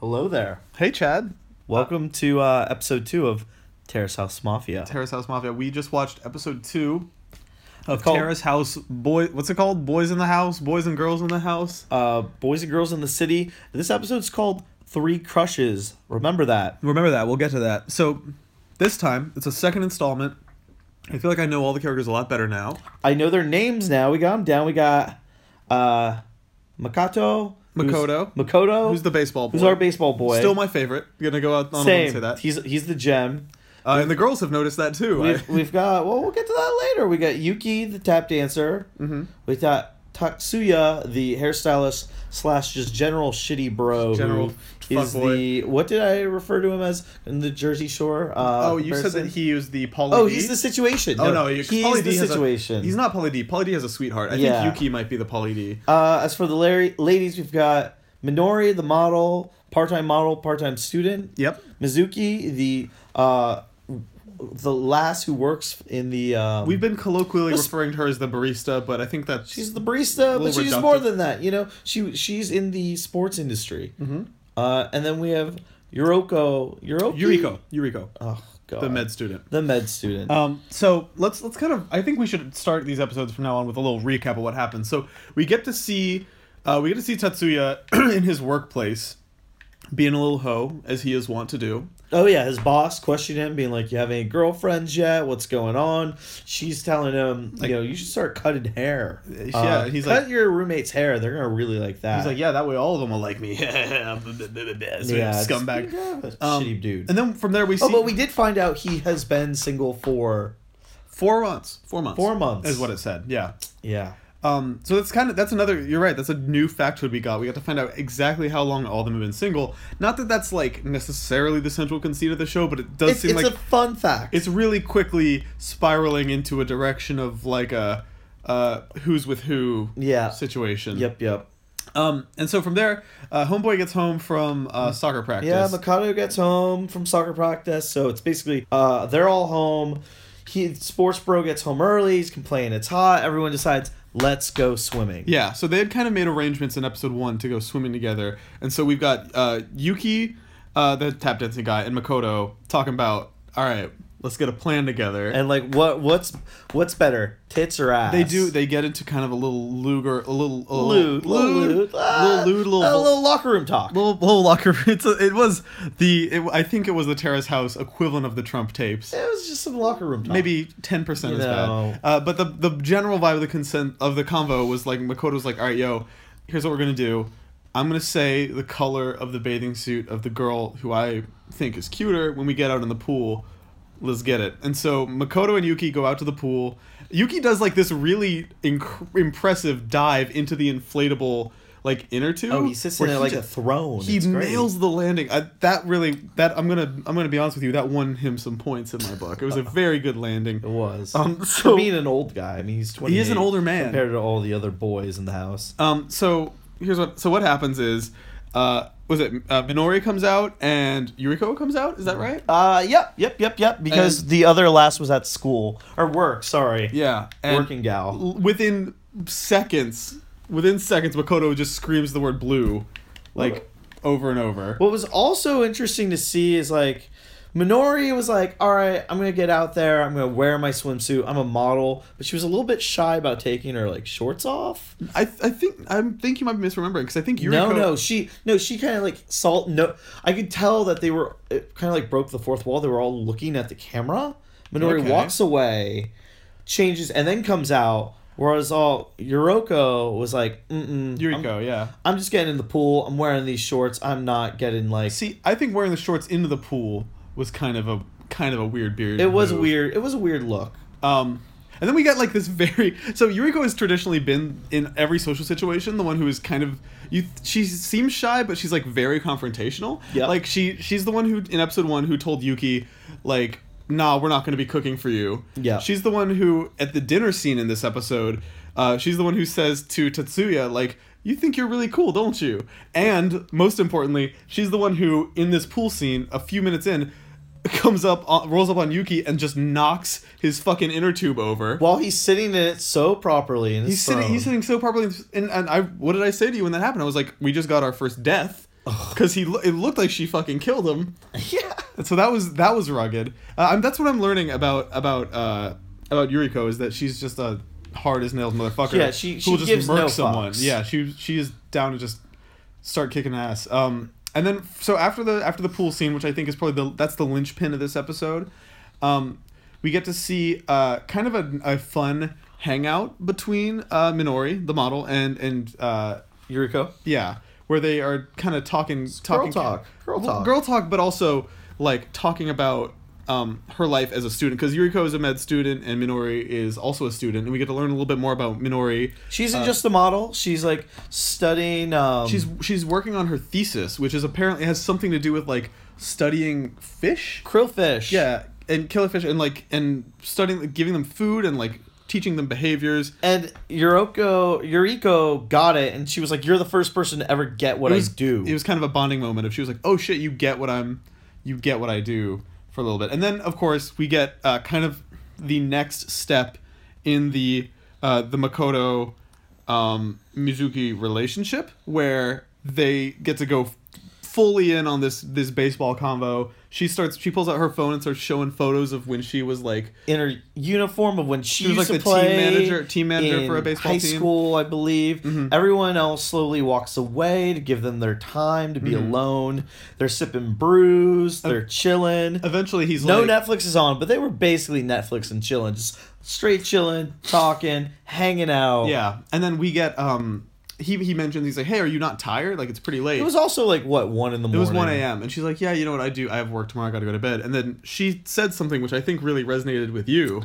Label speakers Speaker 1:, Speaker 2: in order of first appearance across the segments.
Speaker 1: Hello there. Hey, Chad. Welcome to uh, episode two of Terrace House Mafia.
Speaker 2: Terrace House Mafia. We just watched episode two of
Speaker 1: called-
Speaker 2: Terrace House Boy. What's it called? Boys in the House. Boys and girls in the house.
Speaker 1: Uh, boys and girls in the city. This episode's called Three Crushes. Remember that.
Speaker 2: Remember that. We'll get to that. So, this time it's a second installment. I feel like I know all the characters a lot better now.
Speaker 1: I know their names now. We got them down. We got uh, Makoto. who's-
Speaker 2: Makoto.
Speaker 1: Makoto.
Speaker 2: Who's the baseball boy?
Speaker 1: Who's our baseball boy?
Speaker 2: Still my favorite. gonna go out on a limb
Speaker 1: Same.
Speaker 2: and say that.
Speaker 1: He's he's the gem.
Speaker 2: Uh, and the girls have noticed that too. I-
Speaker 1: We've, we've got well, we'll get to that later. We got Yuki, the tap dancer. Mm-hmm. We got Tatsuya, the hairstylist slash just general shitty bro. who
Speaker 2: General
Speaker 1: is
Speaker 2: fuckboy.
Speaker 1: the what did I refer to him as in the Jersey Shore? Uh,
Speaker 2: oh, you said
Speaker 1: comparison?
Speaker 2: that he used the Pauly
Speaker 1: Oh,
Speaker 2: D?
Speaker 1: he's the situation.
Speaker 2: Oh no, you-
Speaker 1: he's
Speaker 2: Pauly
Speaker 1: the
Speaker 2: D has a-
Speaker 1: situation.
Speaker 2: he's not Pauly D. Pauly D has a sweetheart. I
Speaker 1: Yeah.
Speaker 2: think Yuki might be the Pauly D.
Speaker 1: Uh, as for the Larry ladies, we've got Minori, the model, part-time model, part-time student.
Speaker 2: Yep.
Speaker 1: Mizuki, the uh, the lass who works in the. Um,
Speaker 2: We've been colloquially
Speaker 1: Let's-
Speaker 2: referring to her as the barista, but I think that's
Speaker 1: She's the barista, but
Speaker 2: little
Speaker 1: she's
Speaker 2: reductive.
Speaker 1: more than that. You know, she she's in the sports industry. Mm-hmm. Uh, and then we have Yuriko. Yuriko.
Speaker 2: Yuriko. Yuriko,
Speaker 1: Oh God.
Speaker 2: the med student.
Speaker 1: The med student. Uh,
Speaker 2: Um, so let's let's kind of I think we should start these episodes from now on with a little recap of what happened. So we get to see uh, we get to see Tatsuya in his workplace being a little hoe as he is wont to do.
Speaker 1: oh yeah, his boss questioned him, being like, "You have any girlfriends yet? What's going on?" She's telling him, "You know, you should start cutting hair." Uh,
Speaker 2: Yeah, he's
Speaker 1: cut
Speaker 2: like-
Speaker 1: your roommate's hair. They're gonna really like that.
Speaker 2: He's like, yeah, that way all of them will like me. yeah,
Speaker 1: it's-
Speaker 2: scumbag.
Speaker 1: yeah, it's
Speaker 2: Um,
Speaker 1: shitty dude."
Speaker 2: And then from there we see
Speaker 1: oh, but we did find out he has been single for
Speaker 2: four months. Four months.
Speaker 1: Four months.
Speaker 2: is what it said. Yeah.
Speaker 1: yeah.
Speaker 2: Um, so that's kind of that's another. You're right. That's a new factoid we got. We got to find out exactly how long all of them have been single. Not that that's like necessarily the central conceit of the show, but it does
Speaker 1: It's,
Speaker 2: seem
Speaker 1: it's
Speaker 2: like
Speaker 1: a fun fact.
Speaker 2: it's really quickly spiraling into a direction of like a uh, who's with who
Speaker 1: yeah.
Speaker 2: situation.
Speaker 1: Yep. Yep.
Speaker 2: Um, and so from there, uh, homeboy gets home from uh, soccer practice.
Speaker 1: Mm. Yeah, Mikado gets home from soccer practice, so it's basically uh, they're all home. He sports bro gets home early. He's complaining it's hot. Everyone decides let's go swimming.
Speaker 2: Yeah, so they had kind of made arrangements in episode one to go swimming together, and so we've got uh, Yuki, uh, the tap dancing guy, and Makoto talking about, all right, let's get a plan together.
Speaker 1: And like what what's what's better, tits or ass?
Speaker 2: they do. They get into kind of a little luger, a little a little
Speaker 1: lewd, little lewd, ah,
Speaker 2: little lewd, little,
Speaker 1: a
Speaker 2: little,
Speaker 1: little locker room talk.
Speaker 2: little, locker. It's a, it was the it, I think it was the Terrace House equivalent of the Trump tapes.
Speaker 1: it was just some locker room talk.
Speaker 2: Maybe ten percent
Speaker 1: You
Speaker 2: is
Speaker 1: know.
Speaker 2: bad. Uh, but the the general vibe of the consent of the convo was like Makoto's like, all right, yo, here's what we're gonna do. I'm gonna say the color of the bathing suit of the girl who I think is cuter when we get out in the pool. Let's get it. And so Makoto and Yuki go out to the pool. Yuki does like this really inc- impressive dive into the inflatable like inner tube.
Speaker 1: oh, he sits in there
Speaker 2: where he
Speaker 1: like
Speaker 2: ju-
Speaker 1: a throne.
Speaker 2: he
Speaker 1: It's great.
Speaker 2: nails the landing. I, that really that I'm gonna I'm gonna be honest with you. That won him some points in my book. It was a very good landing.
Speaker 1: It was.
Speaker 2: Um,
Speaker 1: For
Speaker 2: so
Speaker 1: being an old guy, I mean, he's twenty.
Speaker 2: He is an older man.
Speaker 1: compared to all the other boys in the house.
Speaker 2: um so here's what so what happens is, uh was it uh, Minori comes out and Yuriko comes out? Is that right?
Speaker 1: Uh, yep, yep, yep, yep. Because the other last was at school or work. Sorry.
Speaker 2: Yeah, and
Speaker 1: Working gal.
Speaker 2: l- Within seconds, within seconds, Makoto just screams the word blue, like over and over.
Speaker 1: What was also interesting to see is like Minori was like, "All right, I'm gonna get out there. I'm gonna wear my swimsuit. I'm a model," but she was a little bit shy about taking her like shorts off.
Speaker 2: I, I think I think you might be misremembering because I think Yuriko.
Speaker 1: No, no, she no, she kind of like salt. No, I could tell that they were kind of like broke the fourth wall. They were all looking at the camera. Minori
Speaker 2: Okay.
Speaker 1: walks away, changes, and then comes out. Whereas all Yuriko was like, "Mm mm, I'm-
Speaker 2: Yuriko, yeah.
Speaker 1: I'm just getting in the pool. I'm wearing these shorts. I'm not getting like.
Speaker 2: See, I think wearing the shorts into the pool was kind of a kind of a weird beard.
Speaker 1: it was
Speaker 2: move.
Speaker 1: weird. It was a weird look.
Speaker 2: Um, and then we got like this very so Yuriko has traditionally been in every social situation the one who is kind of you. She seems shy, but she's like very confrontational.
Speaker 1: Yeah.
Speaker 2: like she she's the one who in episode one who told Yuki like. Nah, we're not going to be cooking for you.
Speaker 1: Yeah.
Speaker 2: She's the one who, at the dinner scene in this episode, uh, she's the one who says to Tatsuya, like, you think you're really cool, don't you? And most importantly, she's the one who, in this pool scene, a few minutes in, comes up, on, rolls up on Yuki, and just knocks his fucking inner tube over.
Speaker 1: While he's sitting in it so properly, and
Speaker 2: he's sitting, he's sitting so properly, and, and I, what did I say to you when that happened? I was like, we just got our first death. because he lo- it looked like she fucking killed him.
Speaker 1: yeah.
Speaker 2: So that was that was rugged. Uh, I'm, that's what I'm learning about about uh, about Yuriko is that she's just a hard as nails motherfucker.
Speaker 1: Yeah, she-
Speaker 2: who
Speaker 1: she
Speaker 2: will just
Speaker 1: gives
Speaker 2: murk
Speaker 1: no
Speaker 2: someone.
Speaker 1: fucks.
Speaker 2: Yeah, she she is down to just start kicking ass. Um, and then so after the after the pool scene, which I think is probably the that's the linchpin of this episode, um, we get to see uh, kind of a, a fun hangout between uh, Minori, the model, and and uh,
Speaker 1: Yuriko.
Speaker 2: yeah, where they are kind of talking, talking
Speaker 1: talk. Girl
Speaker 2: Well,
Speaker 1: talk.
Speaker 2: girl talk, but also like talking about um, her life as a student because Yuriko is a med student and Minori is also a student, and we get to learn a little bit more about Minori.
Speaker 1: She isn't just a model. She's like studying. Um,
Speaker 2: Uh, She's she's working on her thesis, which is apparently has something to do with like studying fish.
Speaker 1: krillfish.
Speaker 2: Yeah, and killifish, and like and studying, giving them food, and like teaching them behaviors.
Speaker 1: And Yuriko, Yuriko got it, and she was like, "You're the first person to ever get what
Speaker 2: it was,
Speaker 1: I do."
Speaker 2: It was kind of a bonding moment of she was like, "Oh shit, you get what I'm, you get what I do for a little bit." And then of course we get uh, kind of the next step in the uh, the Makoto um, Mizuki relationship where they get to go f- fully in on this this baseball convo. She starts she pulls out her phone and starts showing photos of when she was like
Speaker 1: in her uniform of when she,
Speaker 2: was,
Speaker 1: used
Speaker 2: like,
Speaker 1: to
Speaker 2: the team
Speaker 1: play
Speaker 2: manager- team manager
Speaker 1: in
Speaker 2: for a baseball
Speaker 1: high
Speaker 2: team. Mm-hmm.
Speaker 1: school, I believe. Everyone else slowly walks away to give them their time to be
Speaker 2: Mm-hmm.
Speaker 1: alone. They're sipping brews. They're chilling.
Speaker 2: eventually he's
Speaker 1: No
Speaker 2: like
Speaker 1: Netflix is on, but they were basically Netflix and chilling, just straight chilling, talking, hanging out.
Speaker 2: yeah, and then we get um he he mentions he's like, "Hey, are you not tired? Like it's pretty late."
Speaker 1: It was also like what one in the
Speaker 2: It
Speaker 1: morning.
Speaker 2: was 1 a.m. And she's like, Yeah, you know what? I do. I have work tomorrow. I got to go to bed. And then she said something which I think really resonated with you.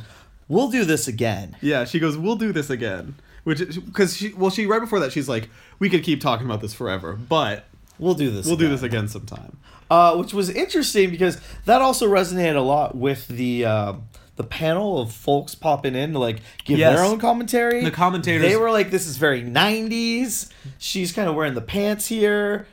Speaker 1: We'll do this again.
Speaker 2: Yeah, she goes, We'll do this again. Which, because she, well, she, right before that, she's like, We could keep talking about this forever, but
Speaker 1: We'll do this.
Speaker 2: we'll do
Speaker 1: again.
Speaker 2: this again sometime.
Speaker 1: uh, which was interesting because that also resonated a lot with the uh, the panel of folks popping in to like give
Speaker 2: Yes.
Speaker 1: their own commentary.
Speaker 2: The commentators-
Speaker 1: they were like, "This is very '90s." She's kind of wearing the pants here.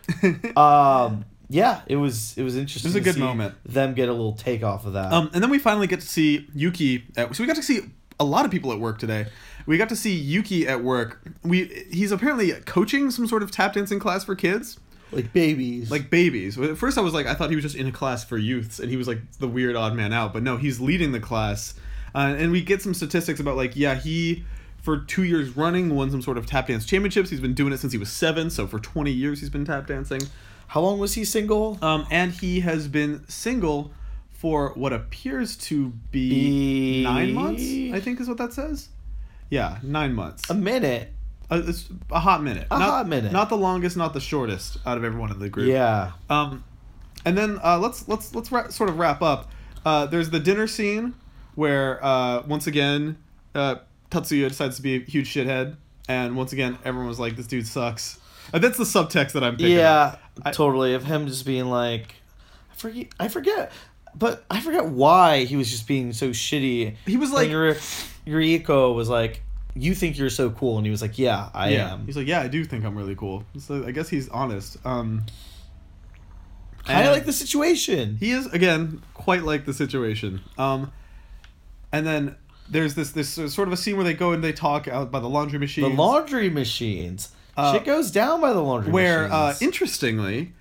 Speaker 1: um, yeah, it was it was interesting.
Speaker 2: It was a
Speaker 1: to
Speaker 2: good
Speaker 1: see
Speaker 2: moment.
Speaker 1: Them get a little take off of that.
Speaker 2: Um, and then we finally get to see Yuki. At, so we got to see a lot of people at work today. We got to see Yuki at work. We he's apparently coaching some sort of tap dancing class for kids,
Speaker 1: like babies.
Speaker 2: like babies. At first, I was like, I thought he was just in a class for youths, and he was like the weird odd man out. But no, he's leading the class, uh, and we get some statistics about like, yeah, he for two years running won some sort of tap dance championships. He's been doing it since he was seven, so for twenty years he's been tap dancing,
Speaker 1: how long was he single?
Speaker 2: um, and he has been single for what appears to
Speaker 1: Be-
Speaker 2: be nine months. I think is what that says. Yeah, nine months.
Speaker 1: a minute.
Speaker 2: A, it's a hot minute.
Speaker 1: Um, A
Speaker 2: Not-
Speaker 1: hot minute.
Speaker 2: Not the longest, not the shortest out of everyone in the group.
Speaker 1: Yeah.
Speaker 2: Um, and then uh, let's let's let's wrap, sort of wrap up. Uh, there's the dinner scene where uh, once again uh, Tatsuya decides to be a huge shithead, and once again everyone was like, "This dude sucks." Uh, that's the subtext that I'm picking. up.
Speaker 1: Yeah,
Speaker 2: I-
Speaker 1: totally. Of him just being like, I forget, I forget, but I forget why he was just being so shitty.
Speaker 2: He was
Speaker 1: And
Speaker 2: like-
Speaker 1: Yuri- Yuriko was like, "You think you're so cool," and he was like, "Yeah, I
Speaker 2: yeah.
Speaker 1: am."
Speaker 2: He's like, "Yeah, I do think I'm really cool." So I guess he's honest. Um,
Speaker 1: Kind
Speaker 2: and-
Speaker 1: of like the situation.
Speaker 2: he is again quite like the situation. Um, and then there's this this sort of a scene where they go and they talk out by the laundry machine.
Speaker 1: the laundry machines.
Speaker 2: Uh,
Speaker 1: Shit goes down by the laundry
Speaker 2: where uh,
Speaker 1: machines.
Speaker 2: interestingly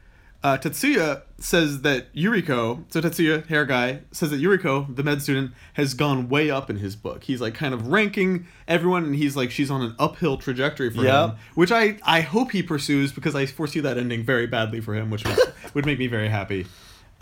Speaker 2: uh, Tetsuya says that Yuriko, so Tetsuya, hair guy, says that Yuriko, the med student, has gone way up in his book. He's like kind of ranking everyone, and he's like she's on an uphill trajectory for him,
Speaker 1: Yep.
Speaker 2: which I I hope he pursues because I foresee that ending very badly for him, which would, would make me very happy.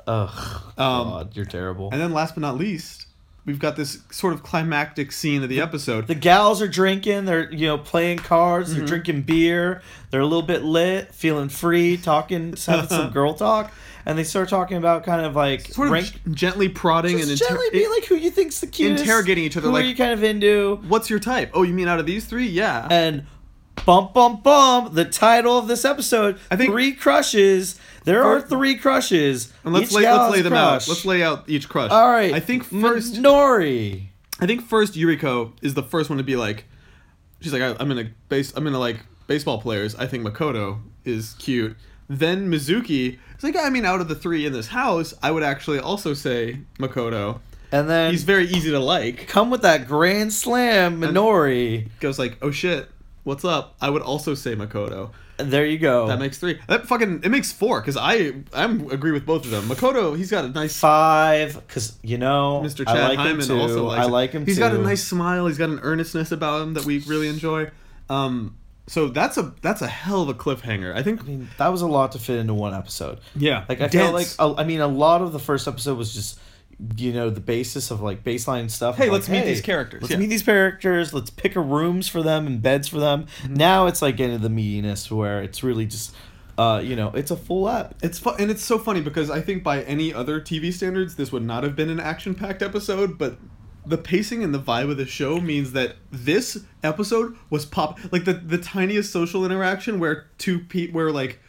Speaker 1: Ugh, God, you're terrible.
Speaker 2: Um, And then last but not least, we've got this sort of climactic scene of the episode.
Speaker 1: the gals are drinking. They're you know playing cards.
Speaker 2: Mm-hmm.
Speaker 1: They're drinking beer. They're a little bit lit, feeling free, talking, just having some girl talk, and they start talking about kind of like
Speaker 2: sort of
Speaker 1: rank.
Speaker 2: g- gently prodding
Speaker 1: Just
Speaker 2: and inter-
Speaker 1: gently be like who you think's the cutest.
Speaker 2: interrogating each other,
Speaker 1: Who
Speaker 2: like-
Speaker 1: are you kind of into?
Speaker 2: what's your type? Oh, you mean out of these three? Yeah.
Speaker 1: And bump, bump, bump. The title of this episode.
Speaker 2: I think-
Speaker 1: three crushes. There are three crushes.
Speaker 2: And let's
Speaker 1: Each
Speaker 2: lay,
Speaker 1: gal
Speaker 2: let's lay
Speaker 1: has a
Speaker 2: them out.
Speaker 1: crush.
Speaker 2: Let's lay out each crush.
Speaker 1: All right.
Speaker 2: I think first,
Speaker 1: Nori.
Speaker 2: I think first Yuriko is the first one to be like, she's like, I, I'm gonna base, I'm gonna like baseball players. I think Makoto is cute. Then Mizuki is like, I mean, out of the three in this house, I would actually also say Makoto.
Speaker 1: And then
Speaker 2: He's very easy to like.
Speaker 1: come with that grand slam, Minori.
Speaker 2: Goes like, oh shit, what's up? I would also say Makoto.
Speaker 1: There you go.
Speaker 2: That makes three. That fucking it makes four because I I'm agree with both of them. Makoto, he's got a nice
Speaker 1: five because you know
Speaker 2: Mr. Chad
Speaker 1: I like
Speaker 2: Hyman
Speaker 1: him too.
Speaker 2: also likes
Speaker 1: I
Speaker 2: it.
Speaker 1: like him.
Speaker 2: He's
Speaker 1: too.
Speaker 2: got a nice smile. He's got an earnestness about him that we really enjoy. Um, so that's a that's a hell of a cliffhanger. I think.
Speaker 1: I mean, that was a lot to fit into one episode.
Speaker 2: Yeah,
Speaker 1: Like I
Speaker 2: dense.
Speaker 1: felt like uh, a- I mean, a lot of the first episode was just you know the basis of like baseline stuff.
Speaker 2: Hey,
Speaker 1: Like,
Speaker 2: let's meet these characters.
Speaker 1: Let's
Speaker 2: Yeah.
Speaker 1: meet these characters. Let's pick a rooms for them and beds for them.
Speaker 2: Mm-hmm.
Speaker 1: Now it's like into the meatiness where it's really just, uh, you know, it's a full up.
Speaker 2: It's fu- and it's so funny because I think by any other TV standards, this would not have been an action-packed episode, but the pacing and the vibe of the show means that this episode was pop like the the tiniest social interaction where two pe where like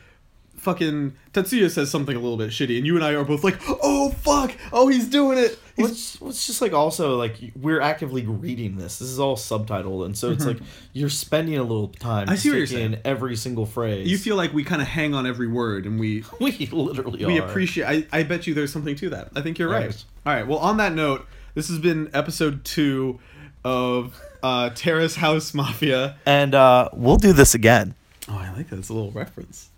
Speaker 2: fucking Tatsuya says something a little bit shitty and you and I are both like, "Oh fuck. Oh, he's doing it." He's
Speaker 1: What's what's just like also like we're actively reading this. This is all subtitled, and so it's like you're spending a little time.
Speaker 2: Mm-hmm. I see what you're
Speaker 1: taking in every single phrase.
Speaker 2: you feel like we kind of hang on every word and we
Speaker 1: we literally
Speaker 2: we
Speaker 1: are.
Speaker 2: appreciate I, I bet you there's something to that i think you're right
Speaker 1: Yes.
Speaker 2: all right well on that note this has been episode two of uh terrace house mafia
Speaker 1: and uh, we'll do this again.
Speaker 2: oh i like that it's a little reference